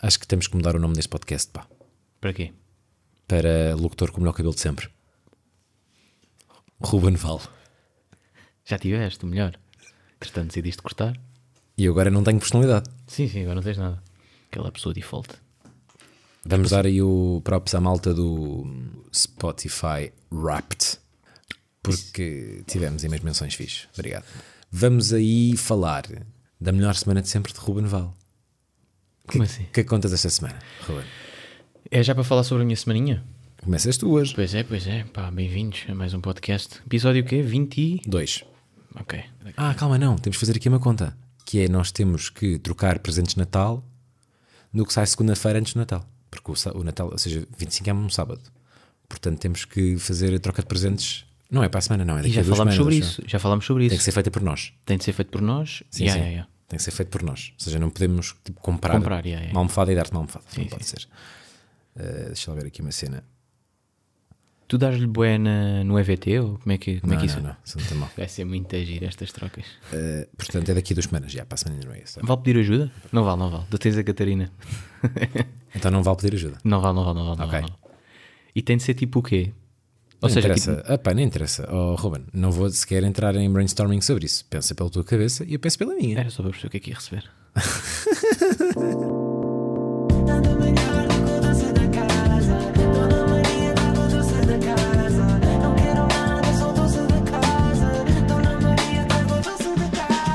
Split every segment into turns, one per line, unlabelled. Acho que temos que mudar o nome deste podcast, pá.
Para quê?
Para locutor com o melhor cabelo de sempre. Ruben Val.
Já tiveste, o melhor. Entretanto, decidiste cortar.
E eu agora não tenho personalidade.
Sim, sim, agora não tens nada. é Aquela pessoa default.
Vamos dar aí o props à malta do Spotify Wrapped. Porque tivemos imensas menções fixe. Obrigado. Vamos aí falar da melhor semana de sempre de Ruben Val.
Como assim?
O que é que contas esta semana, Ruben?
É já para falar sobre a minha semaninha?
Começas tu hoje.
Pois é, pois é. Pá, bem-vindos a mais um podcast. Episódio o quê? 20 e...
Dois.
Ok.
Ah, calma, não. Temos que fazer aqui uma conta. Que é nós temos que trocar presentes de Natal no que sai segunda-feira antes do Natal. Porque o, sa- o Natal, ou seja, 25 é um sábado. Portanto, temos que fazer a troca de presentes. Não é para a semana, não. É
E
daqui
já
a duas
falámos
semanas,
sobre
acho eu.
isso. Já falámos sobre
Tem que
isso.
ser feita por nós.
Tem de ser feito por nós.
Sim,
Ya,
sim.
ya, ya.
Tem que ser feito por nós. Ou seja, não podemos tipo, comprar,
Comprar, yeah, yeah.
uma almofada e dar-te uma almofada. não pode ser. Eh, deixa eu ver aqui uma cena.
Tu dás-lhe bué na- no EVT ou como é que, como é
não,
que isso
não, não, isso não está mal.
Vai ser muito agir estas trocas.
Eh, portanto, é daqui a duas semanas. Já, para a semana ainda não é isso.
Vale pedir ajuda? Não vale, não vale. Tu tens a Catarina.
Então não vale pedir ajuda.
Não vale, não vale, não vale. não
Ok.
vale, não vale. E tem de ser tipo o quê? Ou
Não
seja, tipo,
interessa. Ah, pá, não interessa. Oh, Ruben, não vou sequer entrar em brainstorming sobre isso. Pensa pela tua cabeça e eu penso pela minha.
era só para perceber o que é que ia receber.
Ana Maria do doce da casa, Dona Maria do doce da casa. Não quero nada, sou doce da casa, Dona Maria do doce da casa.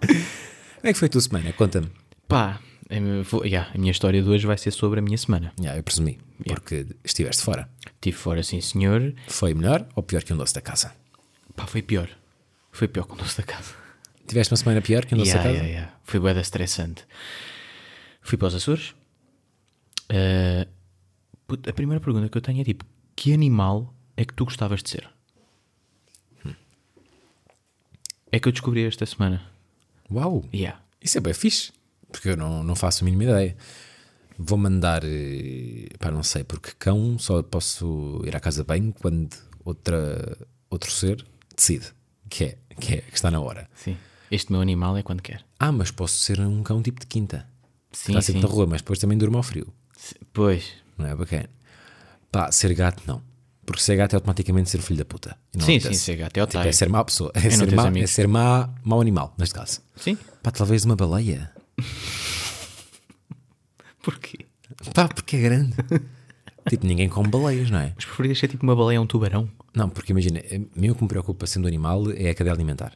Como é que foi a tua semana? Conta-me.
Pá, eu vou- yeah, a minha história de hoje vai ser sobre a minha semana.
Já, eu presumi. Porque estiveste fora.
Estive fora, sim senhor.
Foi melhor ou pior que um doce da casa?
Pá, foi pior. Foi pior que o nosso da casa.
Tiveste uma semana pior que um doce
Yeah,
da casa?
yeah, yeah. Foi bué da estressante. Fui para os Açores. Ah, puto, a primeira pergunta que eu tenho é tipo, que animal é que tu gostavas de ser?
Hum.
É que eu descobri esta semana.
Uau!
Yeah.
Isso é bem fixe. Porque eu não, não faço a mínima ideia. Vou mandar. eh, Pá, não sei, porque cão só posso ir à casa bem quando outra, outro ser decide. Que é, que é, que está na hora.
Sim. Este meu animal é quando quer.
Ah, mas posso ser um cão tipo de quinta.
Sim,
Está sempre
sim.
na rua, mas depois também durma ao frio.
Se- Pois.
Não é bacana. Pá, ser gato não. Porque ser gato é automaticamente ser um filho da puta. E não
Sim,
acontece.
sim, ser gato é
Tipo,
otário.
é ser má pessoa. É,
não
ser
tens
má, é
amigos.
ser má, mau animal, neste caso.
Sim.
Pá, talvez uma baleia.
Porquê?
Pá, porque é grande. tipo, ninguém come baleias, não é?
Mas preferias ser tipo uma baleia ou um tubarão?
Não, porque imagina, a mim o que me preocupa sendo animal é a cadeia alimentar.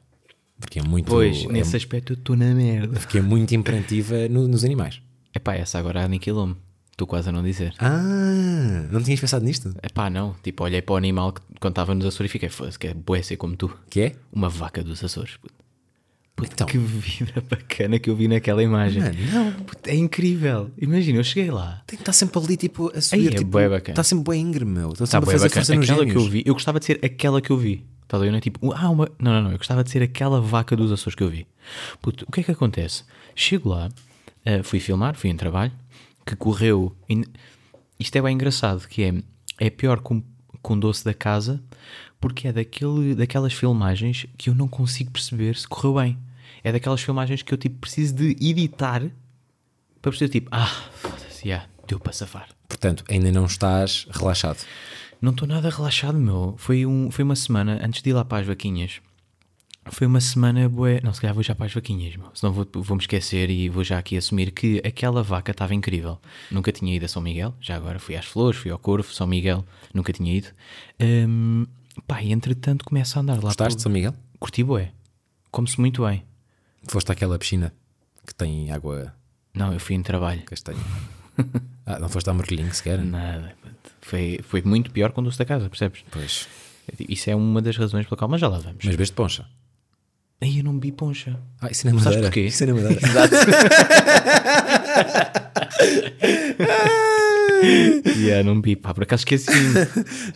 Porque é muito.
Pois,
é,
nesse aspecto eu estou na merda.
Porque é muito imperativa no- nos animais.
Epá, essa agora aniquilou-me. Estou quase a não dizer.
Ah, não tinhas pensado nisto?
Epá, não. Tipo, olhei para o animal que quando estava nos Açores e fiquei, foda-se, que é bué ser como tu.
Que é?
Uma vaca dos Açores, puto. Puto,
Então.
que vida bacana que eu vi naquela imagem.
Mano, não.
Puto, é incrível. Imagina, eu cheguei lá.
Tem que estar sempre ali, tipo, a subir.
é
tipo,
bué bacana.
Está sempre bem íngreme, meu. Estão
Tá
sempre a
bué
fazer
bacana.
força nos
Aquela que eu
gêmeos.
vi. Eu gostava de ser aquela que eu vi. Estás a ver? Não é tipo, ah, uma... Não, não, não. Eu gostava de ser aquela vaca dos Açores que eu vi. Puto, o que é que acontece? Chego lá, ah, fui filmar, fui em trabalho, que correu... in- Isto é bem engraçado, que é... É pior com, com doce da casa, porque é daquele, daquelas filmagens que eu não consigo perceber se correu bem. É daquelas filmagens que eu, tipo, preciso de editar para perceber, tipo, ah, foda-se, yeah, deu para safar.
Portanto, ainda não estás relaxado.
Não estou nada relaxado, meu. Foi, um, foi uma semana, antes de ir lá para as vaquinhas, foi uma semana bué. Não, se calhar vou já para as vaquinhas, meu. Senão vou- vou-me esquecer e vou já aqui assumir que aquela vaca estava incrível. Nunca tinha ido a São Miguel, já agora fui às Flores, fui ao Corvo, São Miguel, nunca tinha ido. Hum, pá, e entretanto começa a andar lá.
Gostaste de São Miguel?
pelo- Curti bué. Come-se muito bem.
Foste àquela piscina que tem água
Não, eu fui em trabalho.
castanha. ah, não foste dar mergulhinho sequer?
Nada. puto. Foi, foi muito pior quando o doce da casa, percebes?
Pois.
Isso é uma das razões pela qual, mas já lá vamos.
Mas beste poncha.
Aí eu não bebi poncha.
Ah, isso não é
Sabes
madeira.
porquê?
Isso não é madeira.
Exato. yeah, não vi, é pá, por acaso esqueci.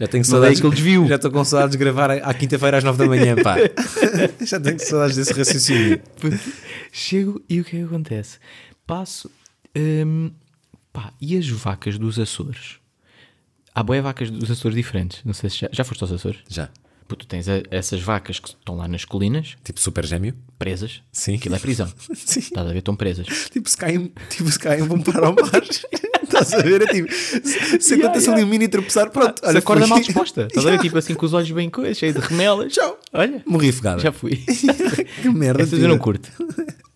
Já tenho
Mas é
saudades.
que ele desviou.
Já estou com saudades de gravar à quinta-feira às nove da manhã, pá. já tenho saudades desse raciocínio.
Chego e o que é que acontece? Passo. hum, pá, e as vacas dos Açores? Há boé vacas dos Açores diferentes. Não sei se já, já foste aos Açores.
Já.
Puto, tens a- essas vacas que estão lá nas colinas,
Tipo super gêmeo.
presas.
Sim.
Aquilo é prisão.
Sim.
Estás a ver? Estão presas.
Tipo, se caem, tipo, se caem vão parar ao mar. Estás a ver? É tipo, se, se
Yeah,
acontece
yeah.
ali um mini tropeçar, pronto.
Olha,
olha,
se acorda
fui.
mal disposta. Estás a ver?
Yeah.
Tipo assim, com os olhos bem coisas, cheio de remelas.
Tchau.
Olha,
Morri afogado.
já fui.
que merda.
Essas eu não
tira.
curto.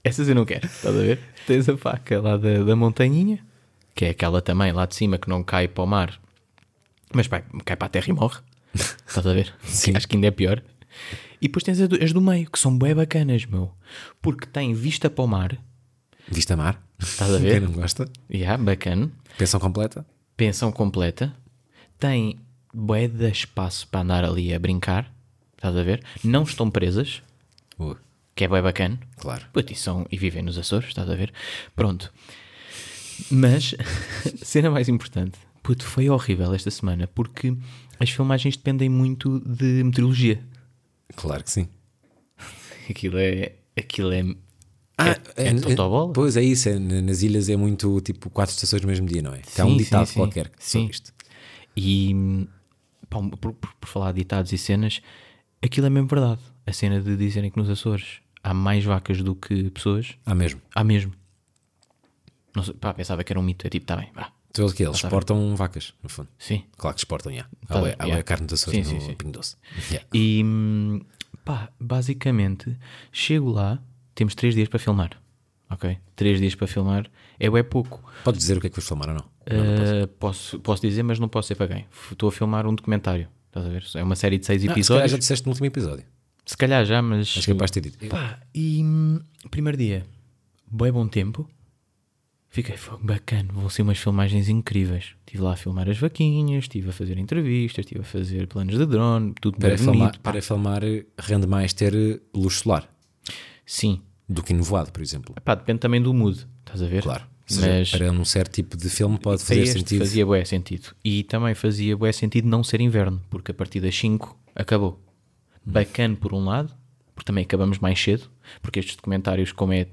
Essas eu não quero, estás a ver? Tens a faca lá da, da montanhinha, que é aquela também lá de cima que não cai para o mar, mas vai, cai para a terra e morre. Estás a ver?
Sim.
Acho que ainda é pior. E depois tens as do, as do meio, que são bem bacanas, meu. Porque tem vista para o mar,
Vista mar.
Estás a ver?
Quem não gosta?
yeah, bacana,
Pensão completa.
pensão completa, tem bué de espaço para andar ali a brincar, estás a ver? Não estão presas,
Uh,
que é bem bacana.
claro.
Puto, e, são, e vivem nos Açores, estás a ver? Pronto. Mas, cena mais importante. Puto, foi horrível esta semana porque as filmagens dependem muito de meteorologia.
Claro que sim.
Aquilo é. Aquilo é.
Ah,
é, é, totobola?
Pois é isso. é, n- nas ilhas é muito tipo quatro estações no mesmo dia, não é? Há
Sim,
um
sim,
ditado
sim.
qualquer
Sim.
sobre isto.
E. pá, um, por, por- por falar de ditados e cenas, aquilo é mesmo verdade. A cena de dizerem que nos Açores há mais vacas do que pessoas,
Ah, mesmo.
há mesmo. Não sei, pá, pensava que era um mito. É tipo, tá bem, vá.
Todos que é, eles exportam vacas, no fundo.
Sim.
Claro que exportam, já.
Tá
Há bué-
bem,
há
yeah.
bué é carne dos Açores
Sim,
no
sim, sim.
Pingo Doce. Yeah.
E hum, pá, basicamente chego lá, temos três dias para filmar. Ok? Três dias para filmar é é pouco.
Podes dizer o que é que vais filmar ou não?
Ah, posso, posso dizer, mas não posso ser para quem. F- Estou a filmar um documentário. Estás a ver? É uma série de seis
Ah, se calhar
episódios.
já disseste no último episódio.
se calhar já, mas.
És capaz de ter dito.
Pá, e hum, primeiro dia, bem bom tempo. Fiquei, foi bacana, vão ser umas filmagens incríveis. Estive lá a filmar as vaquinhas, estive a fazer entrevistas, estive a fazer planos de drone, tudo bem
Para
bonito.
filmar,
pá.
para filmar eh, rende mais ter eh, luz solar
Sim,
do que nevoado, por exemplo.
Pá, depende também do mood, estás a ver?
Claro. Ou seja,
Mas
para um certo tipo de filme pode
para
fazer
este
sentido.
fazia bué sentido. E também fazia bué sentido não ser inverno, porque a partir das 5 acabou.
Hum.
Bacana por um lado, porque também acabamos mais cedo, porque estes documentários, como é.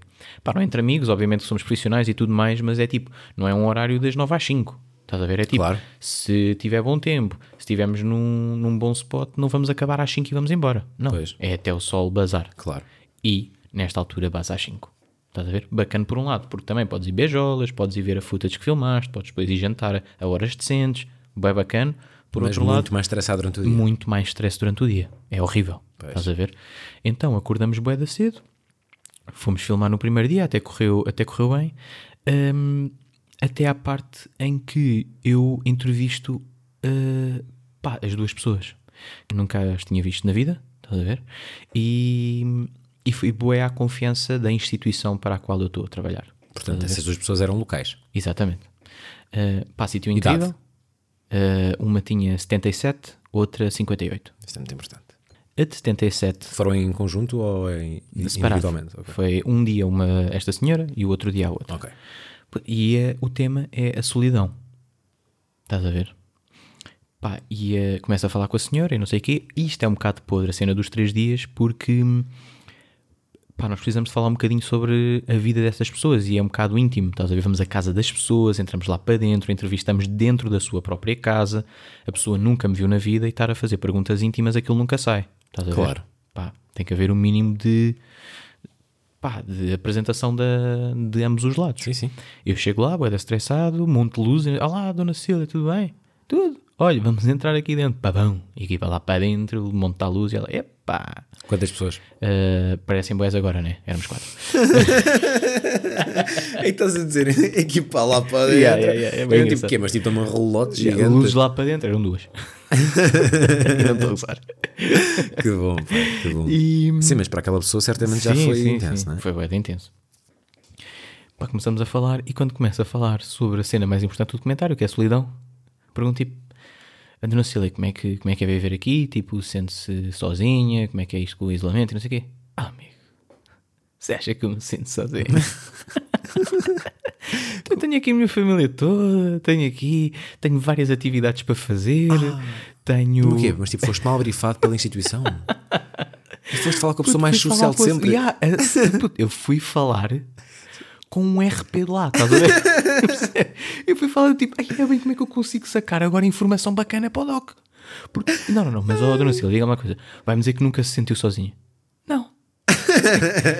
Pá, não é entre amigos, obviamente que somos profissionais e tudo mais, mas é tipo, não é um horário das 9 às 5. Estás a ver? É tipo,
Claro.
se tiver bom tempo, se estivermos num, num bom spot, não vamos acabar às 5 e vamos embora. Não.
Pois.
É até o sol bazar
Claro.
e nesta altura base às 5. Estás a ver? Bacana por um lado, porque também podes ir beijolas, podes ir ver a footage que filmaste, podes depois ir jantar a horas decentes, bem bacana. Por
Mas
outro
muito
lado,
mais estressado durante o dia.
muito mais stress durante o dia. É horrível. Estás a ver? Então acordamos bué da cedo, fomos filmar no primeiro dia, até correu, até correu bem, hum, até à parte em que eu entrevisto uh, pá, as duas pessoas que nunca as tinha visto na vida, estás a ver? E, e fui bué à confiança da instituição para a qual eu estou a trabalhar.
Portanto, essas duas pessoas eram locais.
Exatamente. Uh, pá, sítio
Idade?
incrível. Uh, uma tinha 77, outra 58.
Isto é muito importante.
A de 77
Foram em conjunto ou em
separado.
individualmente? Ok.
Foi um dia uma esta senhora e o outro dia a outra.
Ok.
E eh, o tema é a solidão. Estás a ver? Pá, e eh, começa a falar com a senhora e não sei o quê. Isto é um bocado podre a cena dos três dias porque hum, pá, nós precisamos de falar um bocadinho sobre a vida dessas pessoas e é um bocado íntimo, estás a ver? Vamos à casa das pessoas, entramos lá para dentro, entrevistamos dentro da sua própria casa, a pessoa nunca me viu na vida e estar a fazer perguntas íntimas, aquilo nunca sai, estás a
Claro.
ver? Pá, tem que haver um mínimo de, pá, de apresentação da, de ambos os lados.
Sim, sim.
Eu chego lá, boeda estressado, monte de luz. Olá, dona Cília, tudo bem? Tudo. Olha, vamos entrar aqui dentro. Pabão. E aqui vai lá para dentro, monta a luz e ela, epá.
Quantas pessoas?
Ah, parecem boés agora, né? Éramos quatro.
Aí É estás a dizer, equipa lá para dentro.
Yeah, yeah, yeah, é bem
Eu tipo,
engraçado.
quê? Mas tipo, uma relote
E
gigante.
luzes lá para dentro, eram duas. e não estou a gozar.
Que bom, pá, que bom.
E-
Sim, mas para aquela pessoa certamente já foi intenso, não é?
Foi bem intenso. Pá, começamos a falar e quando começa a falar sobre a cena mais importante do documentário, que é a solidão, pergunto tipo, a dona Cília, como é que, como é, que é viver aqui? Tipo, sente-se sozinha? Como é que é isto com o isolamento e não sei o quê? Ah, amigo, você acha que eu me sinto sozinho? eu tenho aqui a minha família toda, tenho aqui, tenho várias atividades para fazer, tenho...
O Ah. quê? Mas tipo, foste mal brifado pela instituição. e foste falar com a pessoa
Puto,
mais
fui
social de
falar com a-
sempre.
Yeah, eh, puto, eu fui falar com um RP de lá, estás a ver? eu fui falar tipo, ai, é bem como é que eu consigo sacar agora informação bacana para o Doc? Porque- Não, não, não, mas ó, Dona Cília, diga-me uma coisa. Vai-me dizer que nunca se sentiu sozinha. Não.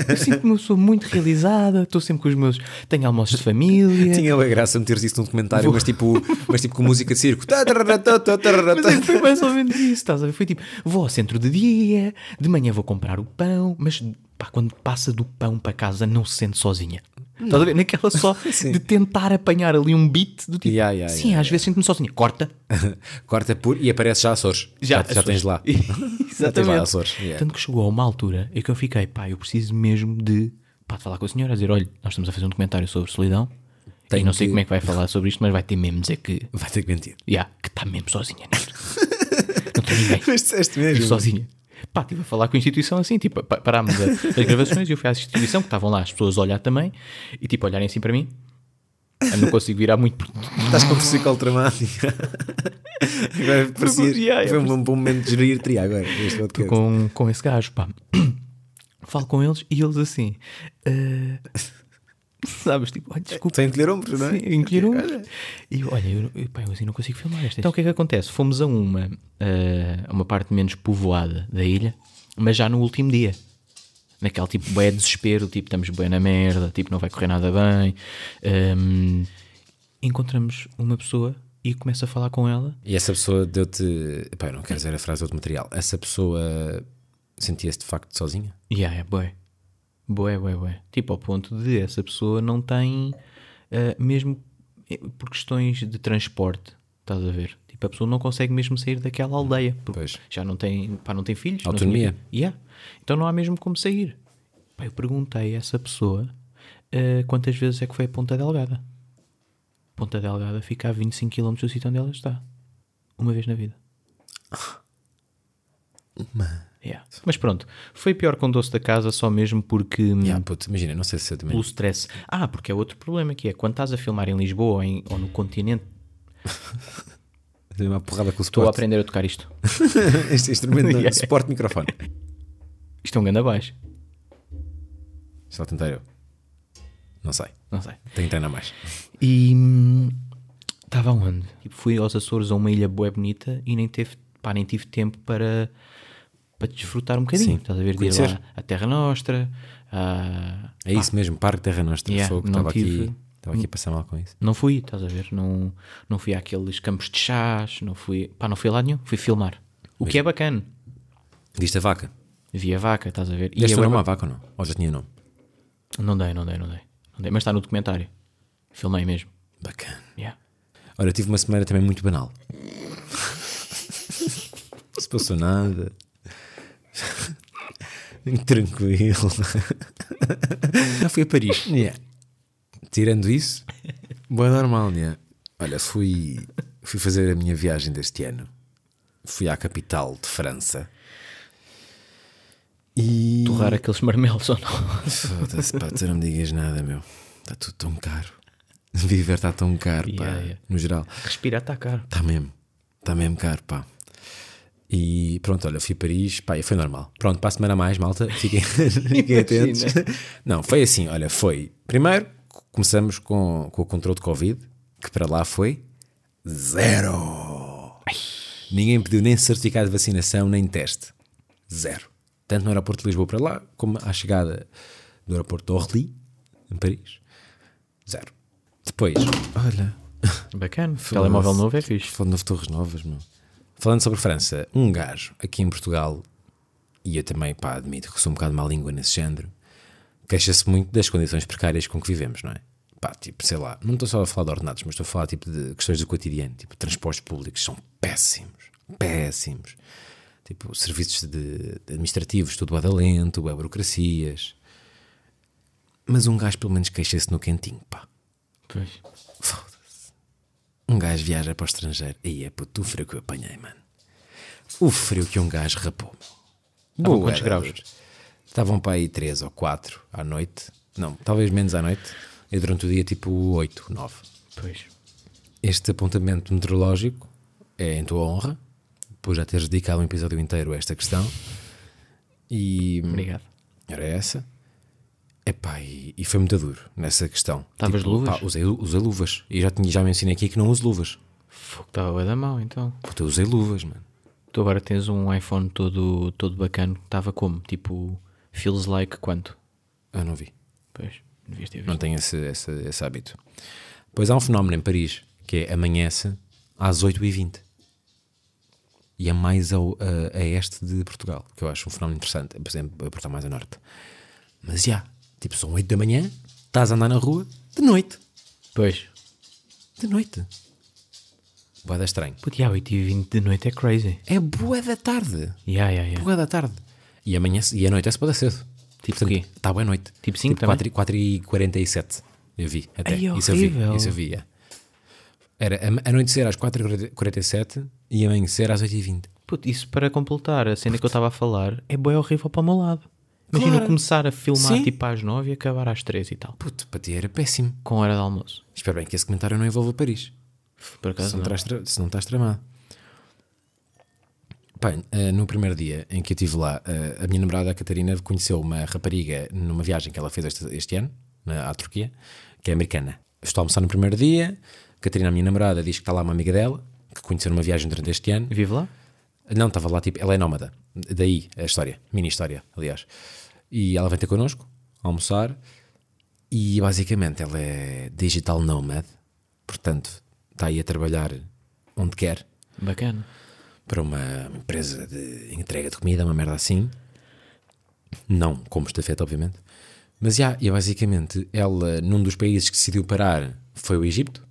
Eu sinto-me uma pessoa muito realizada, estou sempre com os meus. Tenho almoços de família.
Tinha a graça meteres isso num documentário, mas tipo, mas tipo com música de circo. Tá, tarará, tá, tá, tarará,
Mas
tá.
é que foi mais ou menos isso, estás a ver? Foi tipo, vou ao centro de dia, de manhã vou comprar o pão, mas pá, quando passa do pão para casa não se sente sozinha. Estás a ver? Naquela só
Sim.
de tentar apanhar ali um beat do tipo,
Yeah, yeah,
sim,
yeah,
às vezes sinto-me sozinha. Corta.
Corta por e aparece já Açores. Já, já,
Açores.
tens lá. Já tens lá
Exatamente.
Açores. Yeah.
Tanto que chegou a uma altura em que eu fiquei, pá, eu preciso mesmo de, pá, de falar com a senhora, a dizer, olha, nós estamos a fazer um documentário sobre solidão,
Tem
e não sei
que-
como é que vai falar sobre isto, mas vai ter mesmo de dizer que,
Vai ter que mentir.
yeah, que está mesmo sozinha né?" nisto. não tem ninguém.
Mas disseste
Estive sozinha. Pá, estive a falar com a instituição assim, tipo, pa- parámos a- as gravações e eu fui à instituição, que estavam lá as pessoas a olhar também, e tipo, olharem assim para mim. Eu não consigo virar muito. porque-
Estás com um o psicólogo traumático. Agora parecia.
Yeah, yeah,
foi um bom momento de gerir tri agora. Este é podcast.
com, com esse gajo, pá. Falo com eles e eles assim. ah, sabes, tipo, olha, desculpa.
Sem encolher ombros, não é?
Sim, encolheram E eu, olha, eu, eu, pá, eu assim não consigo filmar esta. Então o que é que acontece? Fomos a uma, eh, a uma parte menos povoada da ilha, mas já no último dia. Naquele tipo, bué desespero, tipo, estamos bem na merda, tipo, não vai correr nada bem. Ehm, encontramos uma pessoa e começa a falar com ela.
E essa pessoa deu-te. Epá, eu não quero dizer a frase outro material. Essa pessoa sentia-se de facto sozinha?
E yeah, é bué. Bué, bué, bué. Tipo, ao ponto de essa pessoa não tem, eh, mesmo eh, por questões de transporte, estás a ver? Tipo, a pessoa não consegue mesmo sair daquela aldeia. Porque
Pois.
Já não tem, pá, não tem filhos. não
Autonomia.
tem- Yeah. Então não há mesmo como sair. Pá, eu perguntei a essa pessoa eh, quantas vezes é que foi a Ponta Delgada. Ponta Delgada fica a 25 km do sítio onde ela está. Uma vez na vida. Yeah. Mas pronto, foi pior com o doce da casa só mesmo porque hum,
Ah, puto, imagina, não sei se eu também.
pelo stress. Ah, porque é outro problema que é quando estás a filmar em Lisboa ou, em- ou no continente,
Dei uma porrada com o
estou a
suporte.
aprender a tocar isto.
Este instrumento, não,
Yeah.
suporte de microfone.
Isto é um grande abaixo.
Só tentar eu. Não sei.
Não sei.
Tenho que treinar mais.
E hum, estava onde? Tipo, fui aos Açores a uma ilha boa bonita e nem, teve, pá, nem tive tempo para, para desfrutar um bocadinho.
Sim.
Estás a ver? De ir
Conhecer.
lá à Terra Nostra. a-
É isso mesmo, Parque Terra Nostra.
Yeah,
Fogo,
não
estava aqui,
tive-
estava aqui a passar mal com isso.
Não fui, estás a ver? Não, não fui àqueles campos de chás, não fui. Pá, não fui lá nenhum. Fui filmar. O que é bacana.
Viste a vaca?
Vi a vaca, estás a ver? E
Deste
é
o
bué
nome à vaca ou não? Ou já tinha nome?
ba- Não dei, não dei, não dei. Não dei. Mas está no documentário. Filmei mesmo.
Bacana.
Yeah.
Ora, eu tive uma semana também muito banal. Não se passou nada. Muito Tranquilo. Já fui a Paris. Yeah. Tirando isso, boa normal, yeah. Olha, fui, fui fazer a minha viagem deste ano. Fui à capital de França. E.
Torrar aqueles marmelos ou não?
Foda-se, pá, tu não me digas nada, meu. Está tudo tão caro. Viver está tão caro, pá,
Yeah, yeah.
no geral.
Respirar está caro.
Está Tá mesmo, está mesmo caro, pá. E pronto, olha, fui a Paris, pá, e foi normal. Pronto, para a semana a mais, malta, fiquem, fiquem atentos. Não, foi assim, olha, foi. Primeiro, co- começamos com, com o controle de Covid, que para lá foi zero. Ninguém pediu nem certificado de vacinação, nem teste. Zero. Tanto no aeroporto de Lisboa para lá, como à chegada do aeroporto de Orly, em Paris. Zero. Depois, olha,
Bacana. Telemóvel novo é fixe.
Falando de Torres Novas, meu. Falando sobre França, um gajo aqui em Portugal, e eu também, pá, admito que sou um bocado má língua nesse género, queixa-se muito das condições precárias com que vivemos, não é? Pá, tipo, sei lá, não estou só a falar de ordenados, mas estou a falar tipo de questões do cotidiano, tipo, transportes públicos são péssimos, péssimos. Tipo, serviços de, de administrativos, tudo a lento, bué burocracias. Mas um gajo pelo menos queixa-se no quentinho, pá.
Pois.
Um gajo viaja para o estrangeiro. E é puto o frio que eu apanhei, mano. O frio que um gajo rapou.
Estavam
Boa,
quantos
era
graus?
duro. Estavam para aí 3 ou 4 à noite. Não, talvez menos à noite. E durante o dia tipo 8, 9.
Pois.
Este apontamento meteorológico é em tua honra, por já teres dedicado um episódio inteiro a esta questão. E
Obrigado.
era essa. Epá, e, e foi muito duro nessa questão. Tipo,
Tavas luvas?
pá, usei, usei luvas. E já, tinha, já mencionei aqui que não uso luvas.
Fogo, estava bué da mão então.
Puta, eu usei luvas, mano.
Tu agora tens um iPhone todo, todo bacana que estava como? Tipo, feels like quanto?
Eu não vi.
Pois, devias ter visto.
Não tenho esse, esse, esse hábito. Pois há um fenómeno em Paris que é amanhece às 8h20. E é mais ao, a, a este de Portugal, que eu acho um fenómeno interessante. Por exemplo, a Portugal mais a norte. Mas já, tipo, são 8 da manhã, estás a andar na rua, de noite.
Pois.
De noite. Boa da estranho.
Puto, yeah, 8 e 20 de noite é crazy.
É boa da tarde.
Yeah, yeah, yeah.
Boa da tarde. E amanhã e anoitece boa da cedo.
Tipo quê?
Está boa noite.
Tipo cinco também?
4, 4 e 47 Eu vi. Até.
Ai,
isso eu vi.
horrível.
Isso eu vi. é. Era am- anoitecer às 4 e 47 e amanhecer às 8 e 20
Puto, isso para completar a cena que eu estava a falar é bem horrível para o meu lado. Imagina eu
Claro.
começar a filmar
Sim.
tipo às 9 e acabar às 3 e tal.
Puto, para ti era péssimo.
Com hora de almoço.
Espero bem que esse comentário não envolva Paris.
Por acaso
Se não,
não.
estás tra- se não estás tramado. Bem, eh, no primeiro dia em que eu estive lá, eh, a minha namorada, a Catarina, conheceu uma rapariga numa viagem que ela fez este, este ano, na, à Turquia, que é americana. Estou a almoçar no primeiro dia, Catarina, a minha namorada, diz que está lá uma amiga dela, que conheceu numa viagem durante este ano.
Vive lá?
Não, estava lá, tipo, ela é nómada. Daí a história, mini história, aliás. E ela vem ter connosco, almoçar, e basicamente ela é digital nomad, portanto, está aí a trabalhar onde quer,
Bacana.
para uma empresa de entrega de comida, uma merda assim. Não como estafeta, obviamente. Mas já, e basicamente, ela, num dos países que decidiu parar, foi o Egito.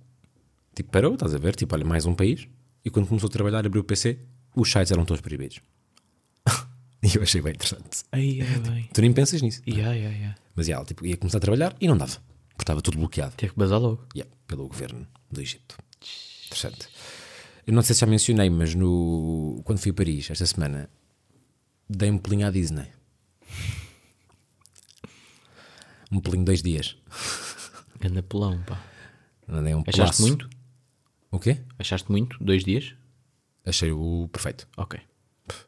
Tipo, parou, estás a ver? Tipo, olha, mais um país. E quando começou a trabalhar, abriu o PC, os sites eram todos proibidos. e eu achei bem interessante.
Ai, ai, bem.
Tu nem pensas nisso.
Tipo, Yeah, yeah, yeah.
Mas já, ela tipo, ia começar a trabalhar e não dava, porque estava tudo bloqueado.
Teve que bazar logo.
Yeah, pelo governo do Egito. Interessante. Eu não sei se já mencionei, mas no... quando fui a Paris esta semana, dei um pelinho à Disney. Um pelinho de dois dias.
Ganda pelão, pá.
Andei um
Achaste
pelaço.
muito?
O quê?
Achaste muito? Dois dias?
Achei o perfeito.
Ok.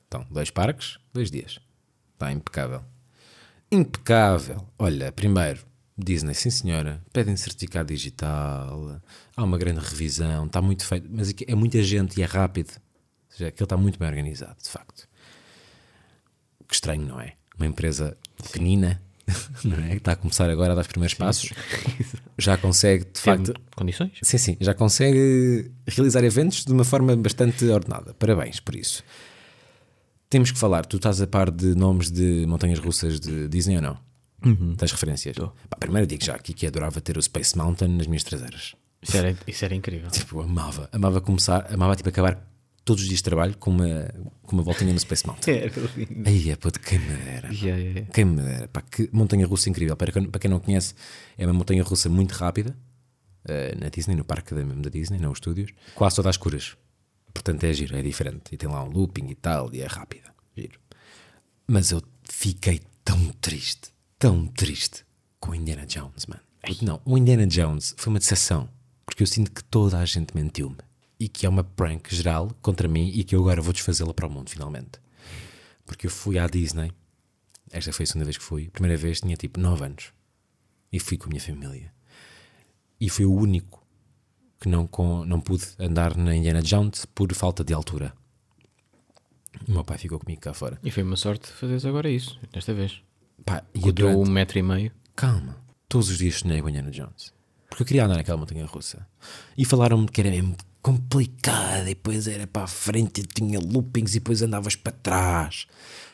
Então, dois parques, dois dias. Está impecável. Impecável. Olha, primeiro, Disney, sim senhora, pedem certificado digital, há uma grande revisão, está muito feito, mas aqui é muita gente e é rápido. Ou seja, aquilo está muito bem organizado, de facto. Que estranho, não é? Uma empresa pequenina, não é? Que está a começar agora a dar os primeiros passos, já consegue, de facto,
Teve Condições?
Sim, sim, já consegue realizar eventos de uma forma bastante ordenada. Parabéns por isso. Temos que falar, tu estás a par de nomes de montanhas russas de Disney ou não? Tens referências? Pá, primeiro digo já aqui que adorava ter o Space Mountain nas minhas traseiras.
Isso era, isso era incrível.
Tipo, eu amava, amava começar, amava tipo acabar todos os dias de trabalho com uma, com uma voltinha no Space Mountain.
Era lindo.
Aí é, puto, quem me dera.
Yeah, yeah, yeah.
Quem me dera, pá, que montanha russa incrível. Para quem, para quem não conhece, é uma montanha russa muito rápida eh, na Disney, no parque da, mesmo da Disney, não os estúdios, quase toda às curas. Portanto, é giro, é diferente. E tem lá um looping e tal, e é rápida. Giro. Mas eu fiquei tão triste, tão triste com o Indiana Jones, mano. Porque Não, o Indiana Jones foi uma decepção, porque eu sinto que toda a gente mentiu-me e que é uma prank geral contra mim e que eu agora vou desfazê-la para o mundo, finalmente. Porque eu fui à Disney, esta foi a segunda vez que fui, a primeira vez tinha tipo 9 anos e fui com a minha família. E fui o único que não, com, não pude andar na Indiana Jones por falta de altura. O meu pai ficou comigo cá fora.
E foi uma sorte fazeres agora isso, desta vez.
Pá, e eu
Eu dou
durante...
um metro e meio.
Calma. Todos os dias sonhei com Indiana Jones. Porque eu queria andar naquela montanha russa. E falaram-me que era mesmo complicada. E depois era para a frente e tinha loopings. E depois andavas para trás.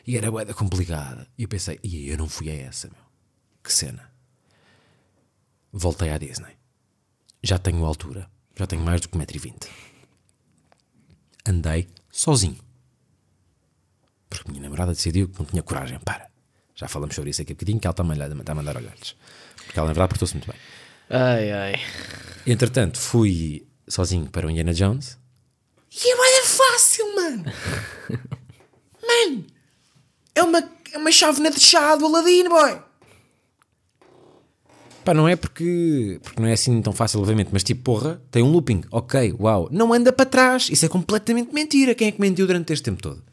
E era bué da complicada. E eu pensei, e eu não fui a essa, meu. Que cena. Voltei à Disney. Já tenho altura. Já tenho mais do que 1,20m. Andei sozinho. Porque a minha namorada decidiu que não tinha coragem. Para. Já falamos sobre isso aqui um bocadinho, que ela está a mandar, está a mandar olhares. Porque ela, na verdade, portou-se muito bem.
Ai, ai.
Entretanto, fui sozinho para o Indiana Jones. E é mais fácil, mano! mano! É uma, é uma chávena de chá do Aladino, boy! Pá, não é porque, porque não é assim tão fácil, obviamente, mas tipo, porra, tem um looping, ok, uau, não anda para trás, isso é completamente mentira. Quem é que mentiu durante este tempo todo?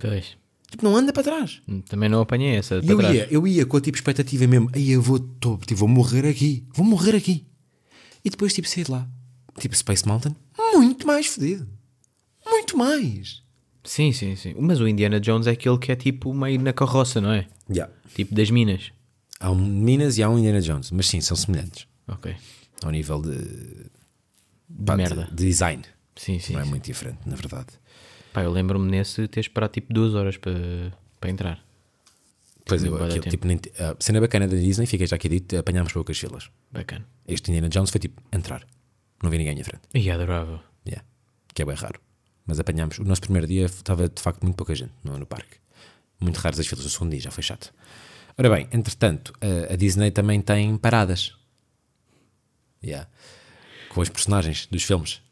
Pois.
Tipo, não anda para trás.
Também não apanhei essa.
E
para
eu
trás.
ia, eu ia com a tipo expectativa mesmo, aí eu vou, tô, tipo, vou morrer aqui, vou morrer aqui. E depois tipo saí de lá, tipo Space Mountain, muito mais fodido. Muito mais.
Sim, sim, sim. Mas o Indiana Jones é aquele que é tipo meio na carroça, não é?
Yeah.
Tipo das minas.
Há um Minas e há um Indiana Jones, mas sim, são semelhantes
Ok.
ao nível de,
De
pá, de-
merda.
de design.
Sim, sim.
não é
sim.
muito diferente, na verdade.
Pá, eu lembro-me nesse ter esperado tipo duas horas para para entrar.
Pois é,
bué de
aquilo,
tempo.
tipo, nem- a cena bacana da Disney, fica já aqui dito, apanhámos poucas filas.
Bacana.
Este Indiana Jones foi tipo entrar, não vi ninguém à frente.
E adorava.
Yeah. Que é bem raro. Mas apanhámos. O nosso primeiro dia estava de facto muito pouca gente no, no parque. Muito raras as filas. O segundo dia já foi chato. Ora bem, entretanto, a, a Disney também tem paradas. Yeah. Com os personagens dos filmes.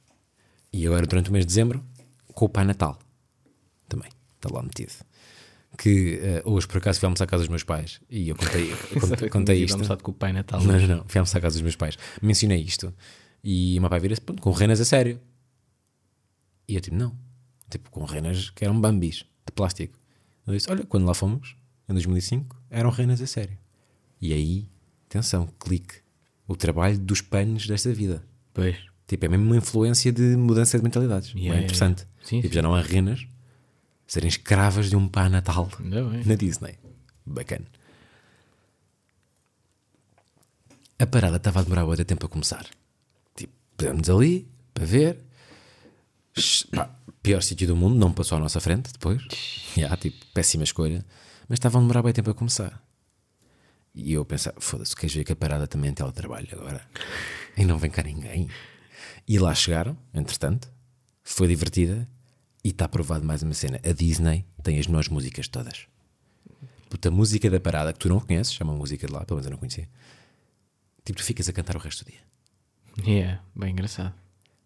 E eu era durante o mês de dezembro com o Pai Natal. Também. Está lá metido. Que eh, hoje, por acaso, fomos à casa dos meus pais e eu contei, contei, contei isto.
Vamos com o Pai Natal.
Não, não, não. Fui almoçar à casa dos meus pais. Mencionei isto. E o meu pai vira-se, pronto, com renas a sério. E eu tipo, não. Tipo, com renas que eram bambis, de plástico. Eu disse, olha, quando lá fomos, em 2005, eram renas a sério. E aí, atenção, clique. O trabalho dos panos desta vida.
Pois.
Tipo, é mesmo uma influência de mudança de mentalidades.
Yeah,
é interessante.
yeah. Sim,
tipo,
sim.
já não há renas serem escravas de um pá natal
Ainda bem.
na Disney. Bacana. A parada estava a demorar muito tempo a começar. Tipo, pusemos ali para ver. Sh- pá, pior sítio do mundo, não passou à nossa frente depois. Yeah, tipo, péssima escolha. Mas estava a demorar bem tempo a começar. E eu pensava, foda-se, queres ver que a parada também é teletrabalho agora? E não vem cá ninguém. E lá chegaram, entretanto, foi divertida e está aprovado mais uma cena. A Disney tem as melhores músicas de todas. Puta, a música da parada que tu não conheces, chama música de lá, pelo menos eu não conhecia. Tipo, tu ficas a cantar o resto do dia.
Yeah, bem engraçado.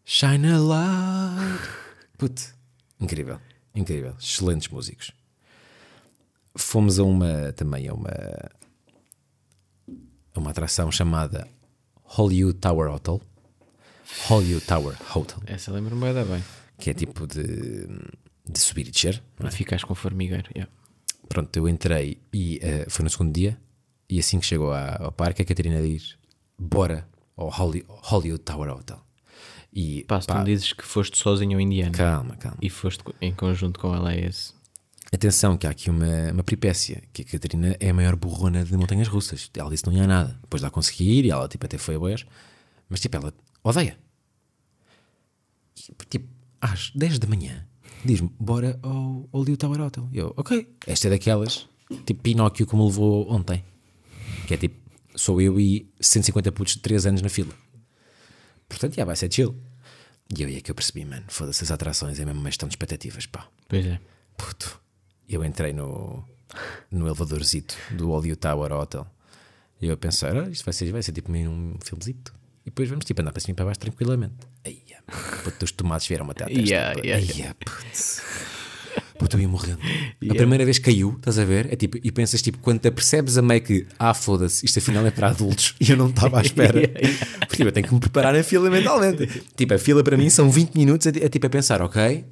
Shine a light. Puto, incrível, incrível. Excelentes músicos. Fomos a uma, também a uma, a uma atração chamada Hollywood Tower Hotel. Hollywood Tower Hotel,
Essa lembro-me bué da bem.
que é tipo de, de subir e descer. não é?
Para ficares com formigueiro. Yeah.
Pronto, eu entrei e eh, foi no segundo dia. E assim que chegou à- ao parque, a Catarina diz: Bora ao Holly- Hollywood Tower Hotel. E
Pá, se tu me dizes que foste sozinho ao Indiana
calma, calma.
e foste co- em conjunto com ela a esse.
Atenção, que há aqui uma, uma peripécia, que a Catarina é a maior burrona de montanhas russas. Ela disse que não ia a nada. Depois lá consegui ir e ela tipo, até foi a boias. Mas tipo, ela odeia. E, tipo, às 10 da manhã, diz-me, bora ao, ao Liu Tower Hotel. E eu, ok, esta é daquelas, tipo Pinóquio como levou ontem. Que é tipo, sou eu e 150 putos de 3 anos na fila. Portanto, já vai ser chill. E eu e é que eu percebi, mano, foda-se as atrações, é mesmo uma questão de expectativas, pá.
Pois é.
Puto, eu entrei no, no elevadorzito do Hollywood Tower Hotel e eu pensei, "Ah, isto vai ser, vai ser tipo um filmezito. E depois vamos tipo andar para cima e para baixo tranquilamente. Aí, puto, os tomates vieram até à testa.
Yeah,
puto.
yeah,
Aí, puto. Puto, eu ia morrendo. A primeira vez que caiu, estás a ver? É tipo, e pensas, tipo, quando te apercebes a meio que, ah, foda-se, isto afinal é para adultos e eu não estava à espera. Porque tipo, eu tenho que me preparar a fila mentalmente. Tipo, a fila para mim são 20 minutos, é, é tipo a pensar, ok,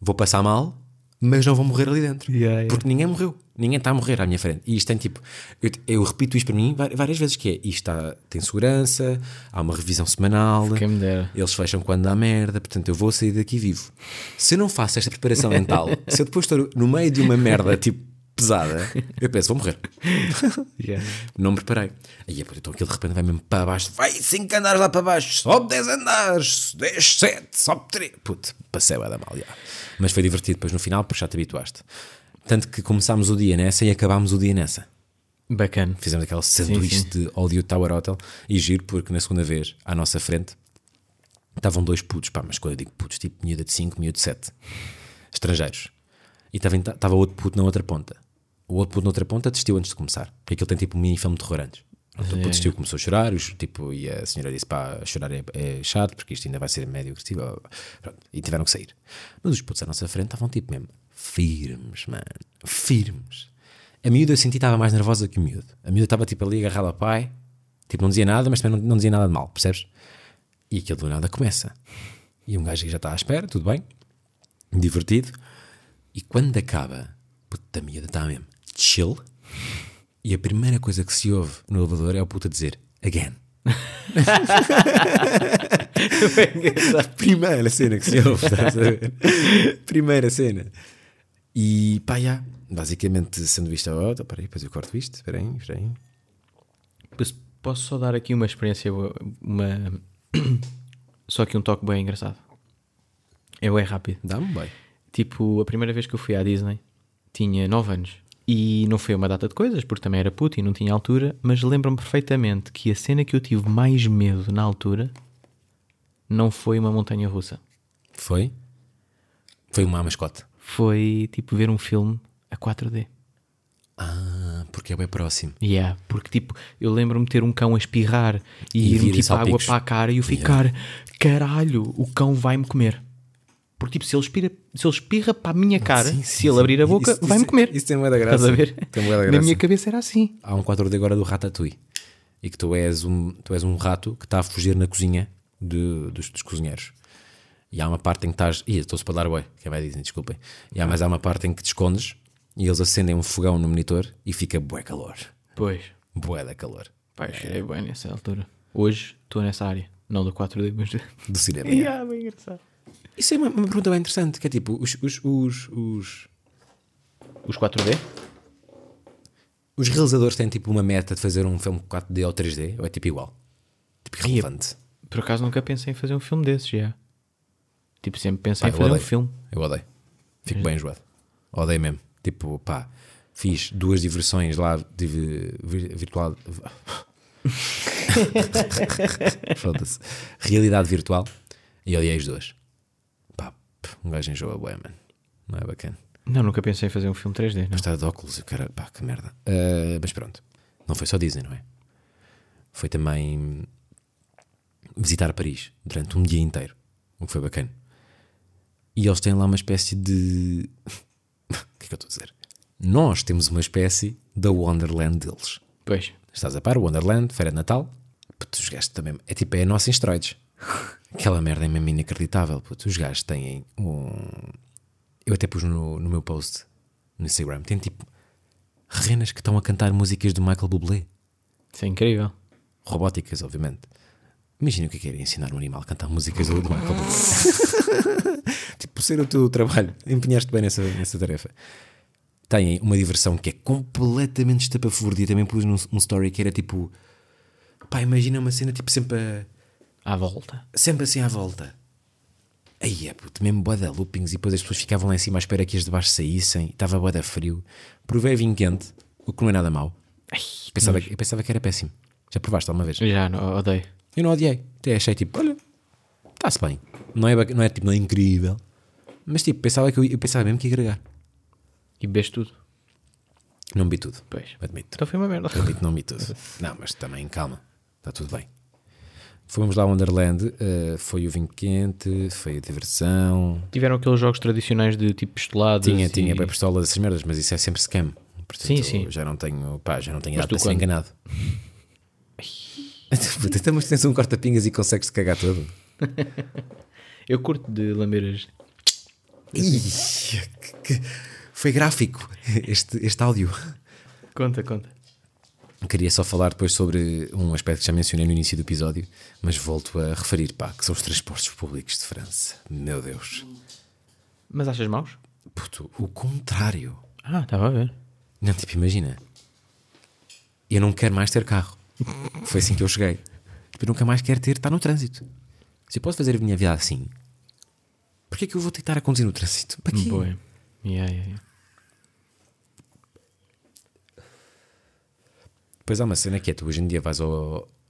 vou passar mal, mas não vou morrer ali dentro.
Yeah, yeah.
Porque ninguém morreu. Ninguém está a morrer à minha frente. E isto tem tipo. Eu, eu repito isto para mim va- várias vezes: que é isto está- tem segurança, há uma revisão semanal,
Quem me dera.
eles fecham quando dá merda, portanto eu vou sair daqui vivo. Se eu não faço esta preparação mental, se eu depois estou no meio de uma merda tipo pesada, eu penso, vou morrer. Não me preparei. Aí pô, então aquilo de repente vai mesmo para baixo. Vai 5 andares lá para baixo, sobe 10 andares, 10, 7, sobe 3. Puto, passei a da mal. já. Mas foi divertido depois no final, porque já te habituaste. Tanto que começámos o dia nessa e acabámos o dia nessa.
Bacana.
Fizemos aquele sanduíche
sim.
de Audio Tower Hotel e giro, porque na segunda vez, à nossa frente, estavam dois putos, pá, mas quando eu digo putos, tipo miúda de 5, miúda de 7, estrangeiros. E estava em- estava outro puto na outra ponta. O outro puto na outra ponta desistiu antes de começar, porque aquilo tem tipo um mini filme de terror antes. Pronto, O puto desistiu, começou a chorar, os- tipo, e a senhora disse: pá, chorar é, é chato, porque isto ainda vai ser médio agressivo. ó, ó. Pronto, e tiveram que sair. Mas os putos à nossa frente estavam tipo mesmo firmes, mano, firmes. A miúda eu senti estava mais nervosa que o miúdo. A miúda estava tipo ali agarrada ao pai, tipo, não dizia nada, mas também não, não dizia nada de mal, percebes? E aquilo do nada começa. E um gajo que já está à espera, tudo bem, divertido. E quando acaba, puta miúda, está mesmo chill. E a primeira coisa que se ouve no elevador é o puta dizer again. Primeira cena que se ouve, estás a ver? Primeira cena. E pá, já. Basicamente, sanduíche à outra. Espera aí, depois eu corto isto. Espera aí, espera aí.
Posso- Posso só dar aqui uma experiência, boa, uma... só que um toque bem engraçado. Eu é rápido.
Dá-me um bem.
Tipo, a primeira vez que eu fui à Disney tinha 9 anos. E não foi uma data de coisas, porque também era puto e não tinha altura, mas lembro-me perfeitamente que a cena que eu tive mais medo na altura não foi uma montanha russa.
Foi? Foi uma mascote.
Foi tipo ver um filme a 4D.
Ah, porque é bem próximo.
Yeah, porque tipo, eu lembro-me de ter um cão a espirrar
E
e, ir-me
vir
tipo a água
salpicos.
para a cara e eu ficar, caralho, o cão vai-me comer. Porque tipo, se ele, espira, se ele espirra para a minha cara,
sim,
se
sim,
ele abrir a
sim.
boca,
Isso-
vai-me
isso-
comer.
isso tem bué da graça.
Estás a ver?
Tem bué da
Na
graça.
minha cabeça era assim.
Há um 4D agora do Ratatouille. E que tu és um, tu és um rato que está a fugir na cozinha de- dos, dos cozinheiros. E há uma parte em que estás. Ih, estou-se para dar boi, quem vai dizer, desculpem. E há, mas há uma parte em que te escondes e eles acendem um fogão no monitor e fica bué calor.
Pois,
Bué da calor.
pá, eu
é.
cheguei bem nessa altura. Hoje estou nessa área. Não do 4D, mas.
Do cinema.
yeah, bem engraçado.
Isso é uma, uma pergunta bem interessante, que é tipo, os, os, os, os,
Os 4D?
os realizadores têm tipo uma meta de fazer um filme 4D ou 3D, ou é tipo igual? Tipo irrelevante.
Por acaso nunca pensei em fazer um filme desses, já. Tipo, sempre pensei
Pá,
em
eu
fazer um
odeio.
filme.
Eu odeio. Fico bem enjoado. Odeio mesmo. Tipo, pá, fiz duas diversões lá de vi- vir- virtual. Foda-se. Realidade virtual e odiei as duas. Pá, pff, um gajo enjoa bué, mano. Não é bacana.
Não, nunca pensei em fazer um filme 3D, não.
Mas está de óculos, eu quero. Pá, que merda. Ah, mas pronto. Não foi só Disney, não é? Foi também visitar Paris durante um dia inteiro. O que foi bacana. E eles têm lá uma espécie de. O que é que eu estou a dizer? Nós temos uma espécie da Wonderland deles.
Pois.
Estás a par? Wonderland, Feira de Natal. Puto, os gajos também. É tipo, é a nossa em esteroides. Aquela merda é mesmo inacreditável. Puto, os gajos têm um. Eu até pus no, no meu post no Instagram. Tem tipo. Renas que estão a cantar músicas do Michael Bublé.
Isso é incrível.
Robóticas, obviamente. Imagina o que é que era ensinar um animal a cantar músicas do do Michael Bublé. tipo, ser o teu trabalho. Empenhaste bem nessa, nessa tarefa. Têm uma diversão que é completamente estapafúrdia. Também pus num um story que era tipo. Pá, imagina uma cena tipo sempre a
À volta.
sempre assim à volta. Aí é puto, mesmo bué de loopings e depois as pessoas ficavam lá em cima à espera que as de baixo saíssem. Estava bué de frio. Provei vinho quente, o que não é nada mau. Pensava, eu pensava que era péssimo. Já provaste alguma vez?
Já, não, odeio.
Eu não odiei. Até achei tipo, olha, está-se bem. Não é, bac- não é tipo, não é incrível. Mas tipo, pensava que eu, eu pensava mesmo que ia agregar.
E bebes tudo.
Não bebi tudo.
Pois.
Admito.
Então foi uma merda.
Admito, não me tudo. Não, mas também calma, está tudo bem. Fomos lá ao Wonderland, eh, foi o vinho quente, foi a diversão.
Tiveram aqueles jogos tradicionais de tipo pistolados.
Tinha,
e-
tinha bem pistola dessas merdas, mas isso é sempre scam. Portanto,
Sim, sim.
Já não tenho, pá, já não tenho
Mas
idade
tu
para ser
quando?
enganado. Puta, Então, mas tens um corta-pingas e consegues-te cagar todo.
Eu curto de lamber as.
Ih, que- que- Foi gráfico este, este áudio.
Conta, conta.
Queria só falar depois sobre um aspecto que já mencionei no início do episódio, mas volto a referir, pá, que são os transportes públicos de França. Meu Deus.
Mas achas maus?
Puto, o contrário.
Ah, estava a ver.
Não, tipo, imagina. Eu não quero mais ter carro. Foi assim que eu cheguei. Tipo, eu nunca mais quero ter, está no trânsito. Se eu posso fazer a minha vida assim, porquê é que eu vou tentar a conduzir no trânsito? Para quê?
Boa. Yeah, yeah, yeah.
Depois há uma cena que é, tu hoje em dia vais ao,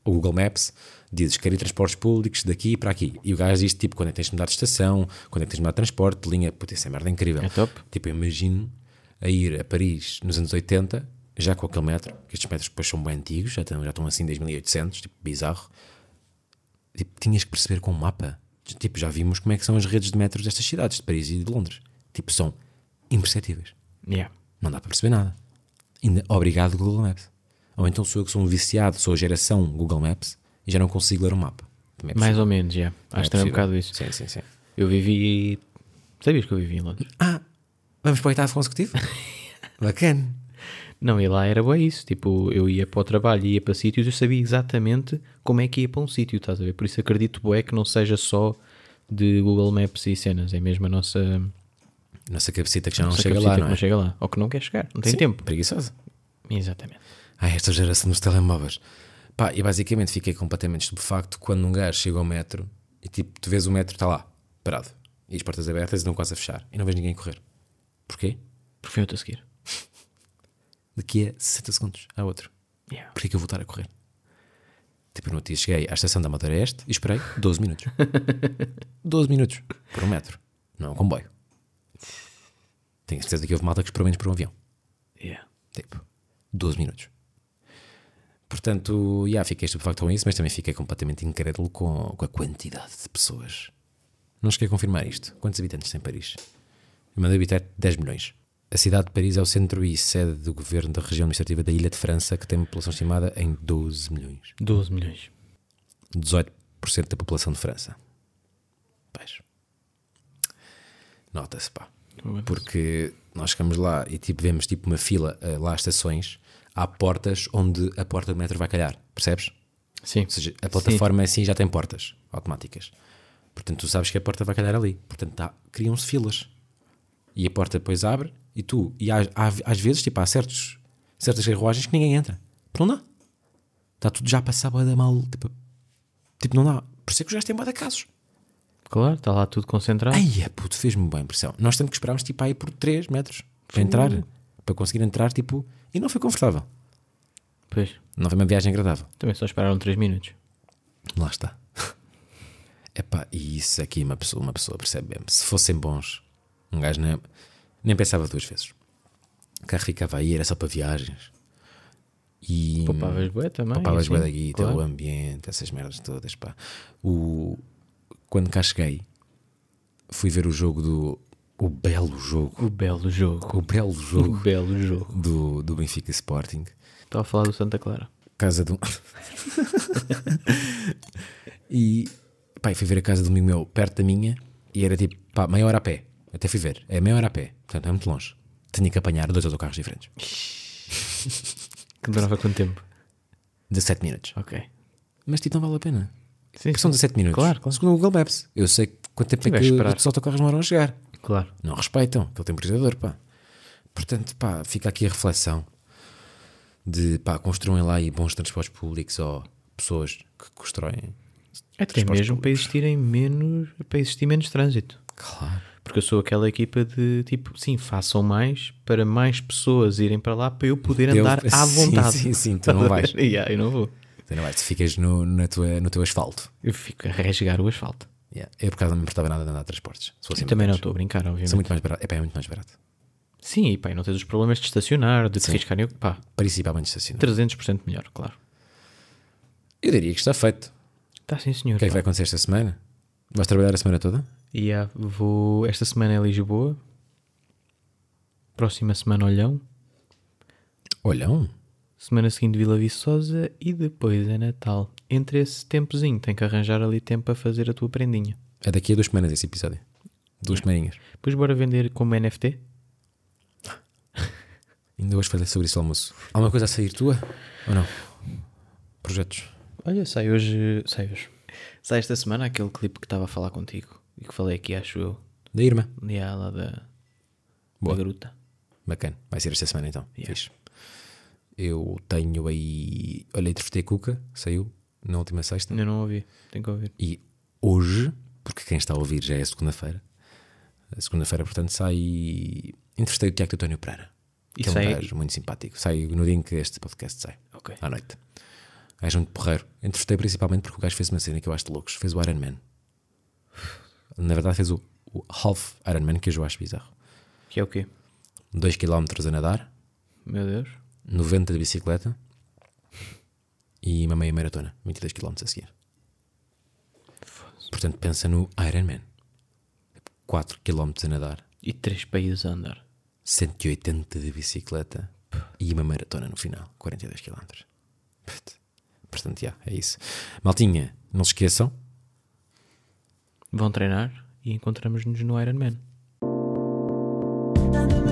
ao Google Maps, dizes quero ir transportes públicos daqui para aqui. E o gajo diz tipo quando é que tens de mudar de estação, quando é que tens de mudar de transporte, de linha. Puta, isso é merda incrível.
É top.
Tipo, eu imagino a ir a Paris nos anos 80, já com aquele metro, que estes metros depois são bem antigos, já estão, já estão assim 2800, tipo, bizarro. Tipo, tinhas que perceber com o mapa. Tipo, já vimos como é que são as redes de metros destas cidades, de Paris e de Londres. Tipo, são imperceptíveis.
Yeah.
Não dá para perceber nada. Ainda obrigado, Google Maps. Ou então sou eu que sou um viciado, sou a geração Google Maps e já não consigo ler o mapa. Também é
Mais
possível.
ou menos, já.
Também
Acho também um
é possível.
bocado isso.
Sim, sim, sim.
Eu vivi. Sabias que eu vivi em Londres?
Ah, vamos para o oitavo consecutivo? Bacana.
Não, e lá era bem isso. Tipo, eu ia para o trabalho e ia para sítios, eu sabia exatamente como é que ia para um sítio, estás a ver? Por isso acredito bué que não seja só de Google Maps e cenas, é mesmo a nossa,
Nossa cabecita que já não
nossa
chega
cabecita
lá,
que
não é?
não chega lá. Ou que não quer chegar, não tem
Sim,
tempo.
Preguiçosa.
Exatamente.
Ai, esta geração dos telemóveis. Pá, e basicamente fiquei completamente estupefacto quando um gajo chega ao metro e tipo, tu vês o metro, está lá, parado. E as portas abertas e estão quase a fechar. E não vês ninguém correr. Porquê?
Porque foi outro a seguir.
Daqui a 60 segundos há outro.
Yeah.
Porquê que eu vou estar a correr? Tipo, no outro dia cheguei à estação da Madeira Este e esperei 12 minutos. 12 minutos por um metro. Não é um comboio. Tenho certeza que houve malta que esperou menos por um avião.
Yeah.
Tipo, 12 minutos. Portanto, já fiquei estupefacto com isso, mas também fiquei completamente incrédulo com, com a quantidade de pessoas. Não cheguei a confirmar isto. Quantos habitantes tem Paris? Eu mandei habitar 10 milhões. A cidade de Paris é o centro e sede do governo da região administrativa da Ilha de França, que tem uma população estimada em 12 milhões.
12 milhões.
18% da população de França. Pois. Nota-se, pá. Porque nós chegamos lá e tipo, vemos tipo, uma fila eh, lá às estações, há portas onde a porta do metro vai calhar, percebes?
Sim.
Ou seja, a plataforma assim já tem portas automáticas. Portanto, tu sabes que a porta vai calhar ali. Portanto, há- criam-se filas. E a porta depois abre e tu. E há- há- às vezes, tipo, há certos, certas carruagens que ninguém entra. Porque não dá. Está tudo já passado da mal. Tipo, tipo, não dá. Por isso é que os gajos têm boa de casos.
Claro, está lá tudo concentrado.
Ai, é puto, fez-me boa impressão. Nós temos que esperarmos tipo aí por 3 metros para entrar, para conseguir entrar, tipo, e não foi confortável.
Pois.
Não foi uma viagem agradável.
Também só esperaram 3 minutos.
Lá está. Epá, e isso aqui uma pessoa, uma pessoa percebe mesmo. Se fossem bons, um gajo nem, nem pensava duas vezes. O carro ficava aí, era só para viagens. E
Poupavas bué também.
poupavas
assim,
bué da guita,
claro.
o ambiente, essas merdas todas, pá. O... Quando cá cheguei, fui ver o jogo do... O belo jogo.
O belo jogo.
O belo
O
jogo
belo jogo.
do, do Benfica Sporting.
Estava a falar do Santa Clara.
Casa de um. e pá, eu fui ver a casa do amigo meu perto da minha e era tipo, pá, meia hora a pé. Até fui ver, é meia hora a pé, portanto é muito longe. Tinha que apanhar dois autocarros diferentes.
Que durava quanto tempo?
17 minutos.
Ok.
Mas tipo, não vale a pena.
Sim,
Porque são
sim.
17 minutos.
Claro, claro.
Segundo o Google Maps, eu sei quanto tempo é
Tiveste
que
de esperar.
os autocarros demoram a chegar.
Claro.
Não respeitam aquele temporizador, pá. Portanto, pá, fica aqui a reflexão de, pá, construem lá aí bons transportes públicos ou pessoas que constroem.
Até
transportes
mesmo para existirem menos, para existir menos trânsito.
Claro.
Porque eu sou aquela equipa de tipo, sim, façam mais para mais pessoas irem para lá para eu poder
Eu-
andar à
sim,
vontade.
sim, sim, tu não
Estás a
vais.
ver? Yeah, eu não vou.
Tu não vais, tu ficas no, na tua, no teu asfalto.
Eu fico a rasgar o asfalto.
Yeah. Eu por causa não me importava nada de andar de transportes. Se fosse
Eu também não estou a brincar, obviamente.
São muito mais barato. É, pá, é muito mais barato.
Sim, e pá, e não tens os problemas de estacionar, de te riscarem. Pá,
Principalmente estacionado.
300% melhor, claro.
Eu diria que está feito.
Está sim, senhor.
O que é que vai acontecer esta semana? Vais trabalhar a semana toda?
E ah, vou esta semana é Lisboa. Próxima semana Olhão.
Olhão.
Semana seguinte Vila Viçosa e depois é Natal. Entre esse tempozinho tem que arranjar ali tempo para fazer a tua prendinha.
É daqui a duas semanas esse episódio. Duas semaninhas.
Depois bora vender como NFT?
Ainda hoje falei sobre isso ao almoço. Há uma coisa a sair tua? Ou não? Projetos.
Olha, sai hoje, sai hoje. Sai esta semana aquele clipe que estava a falar contigo e que falei aqui, acho eu,
Da Irma.
de lá da, da
Boa.
garota.
Bacana. Vai ser esta semana então. Fixe. Eu tenho aí. Olha, entrevistei a Cuca. Saiu na última sexta.
Ainda não ouvi, tenho que ouvir.
E hoje, porque quem está a ouvir já é segunda-feira, a segunda-feira, portanto, sai. Entrevistei o Tiago António Pereira,
E
que é um
sai-
gajo muito simpático. Sai no dia em que este podcast sai,
Ok.
à noite. Gajo é muito porreiro. Entrevistei principalmente porque o gajo fez uma cena que eu acho de loucos. Fez o Iron Man. Na verdade, fez o, o Half Iron Man, que eu já acho bizarro.
Que é o quê?
2 km a nadar,
Meu Deus.
90 de bicicleta e uma meia maratona, 22 km a seguir. Portanto, pensa no Ironman. 4 km a nadar,
E três países a andar.
180 de bicicleta e uma maratona no final, 42 km. Portanto, já, é isso. Maltinha, não se esqueçam,
Vão treinar e encontramos-nos no Iron Man.
Nada me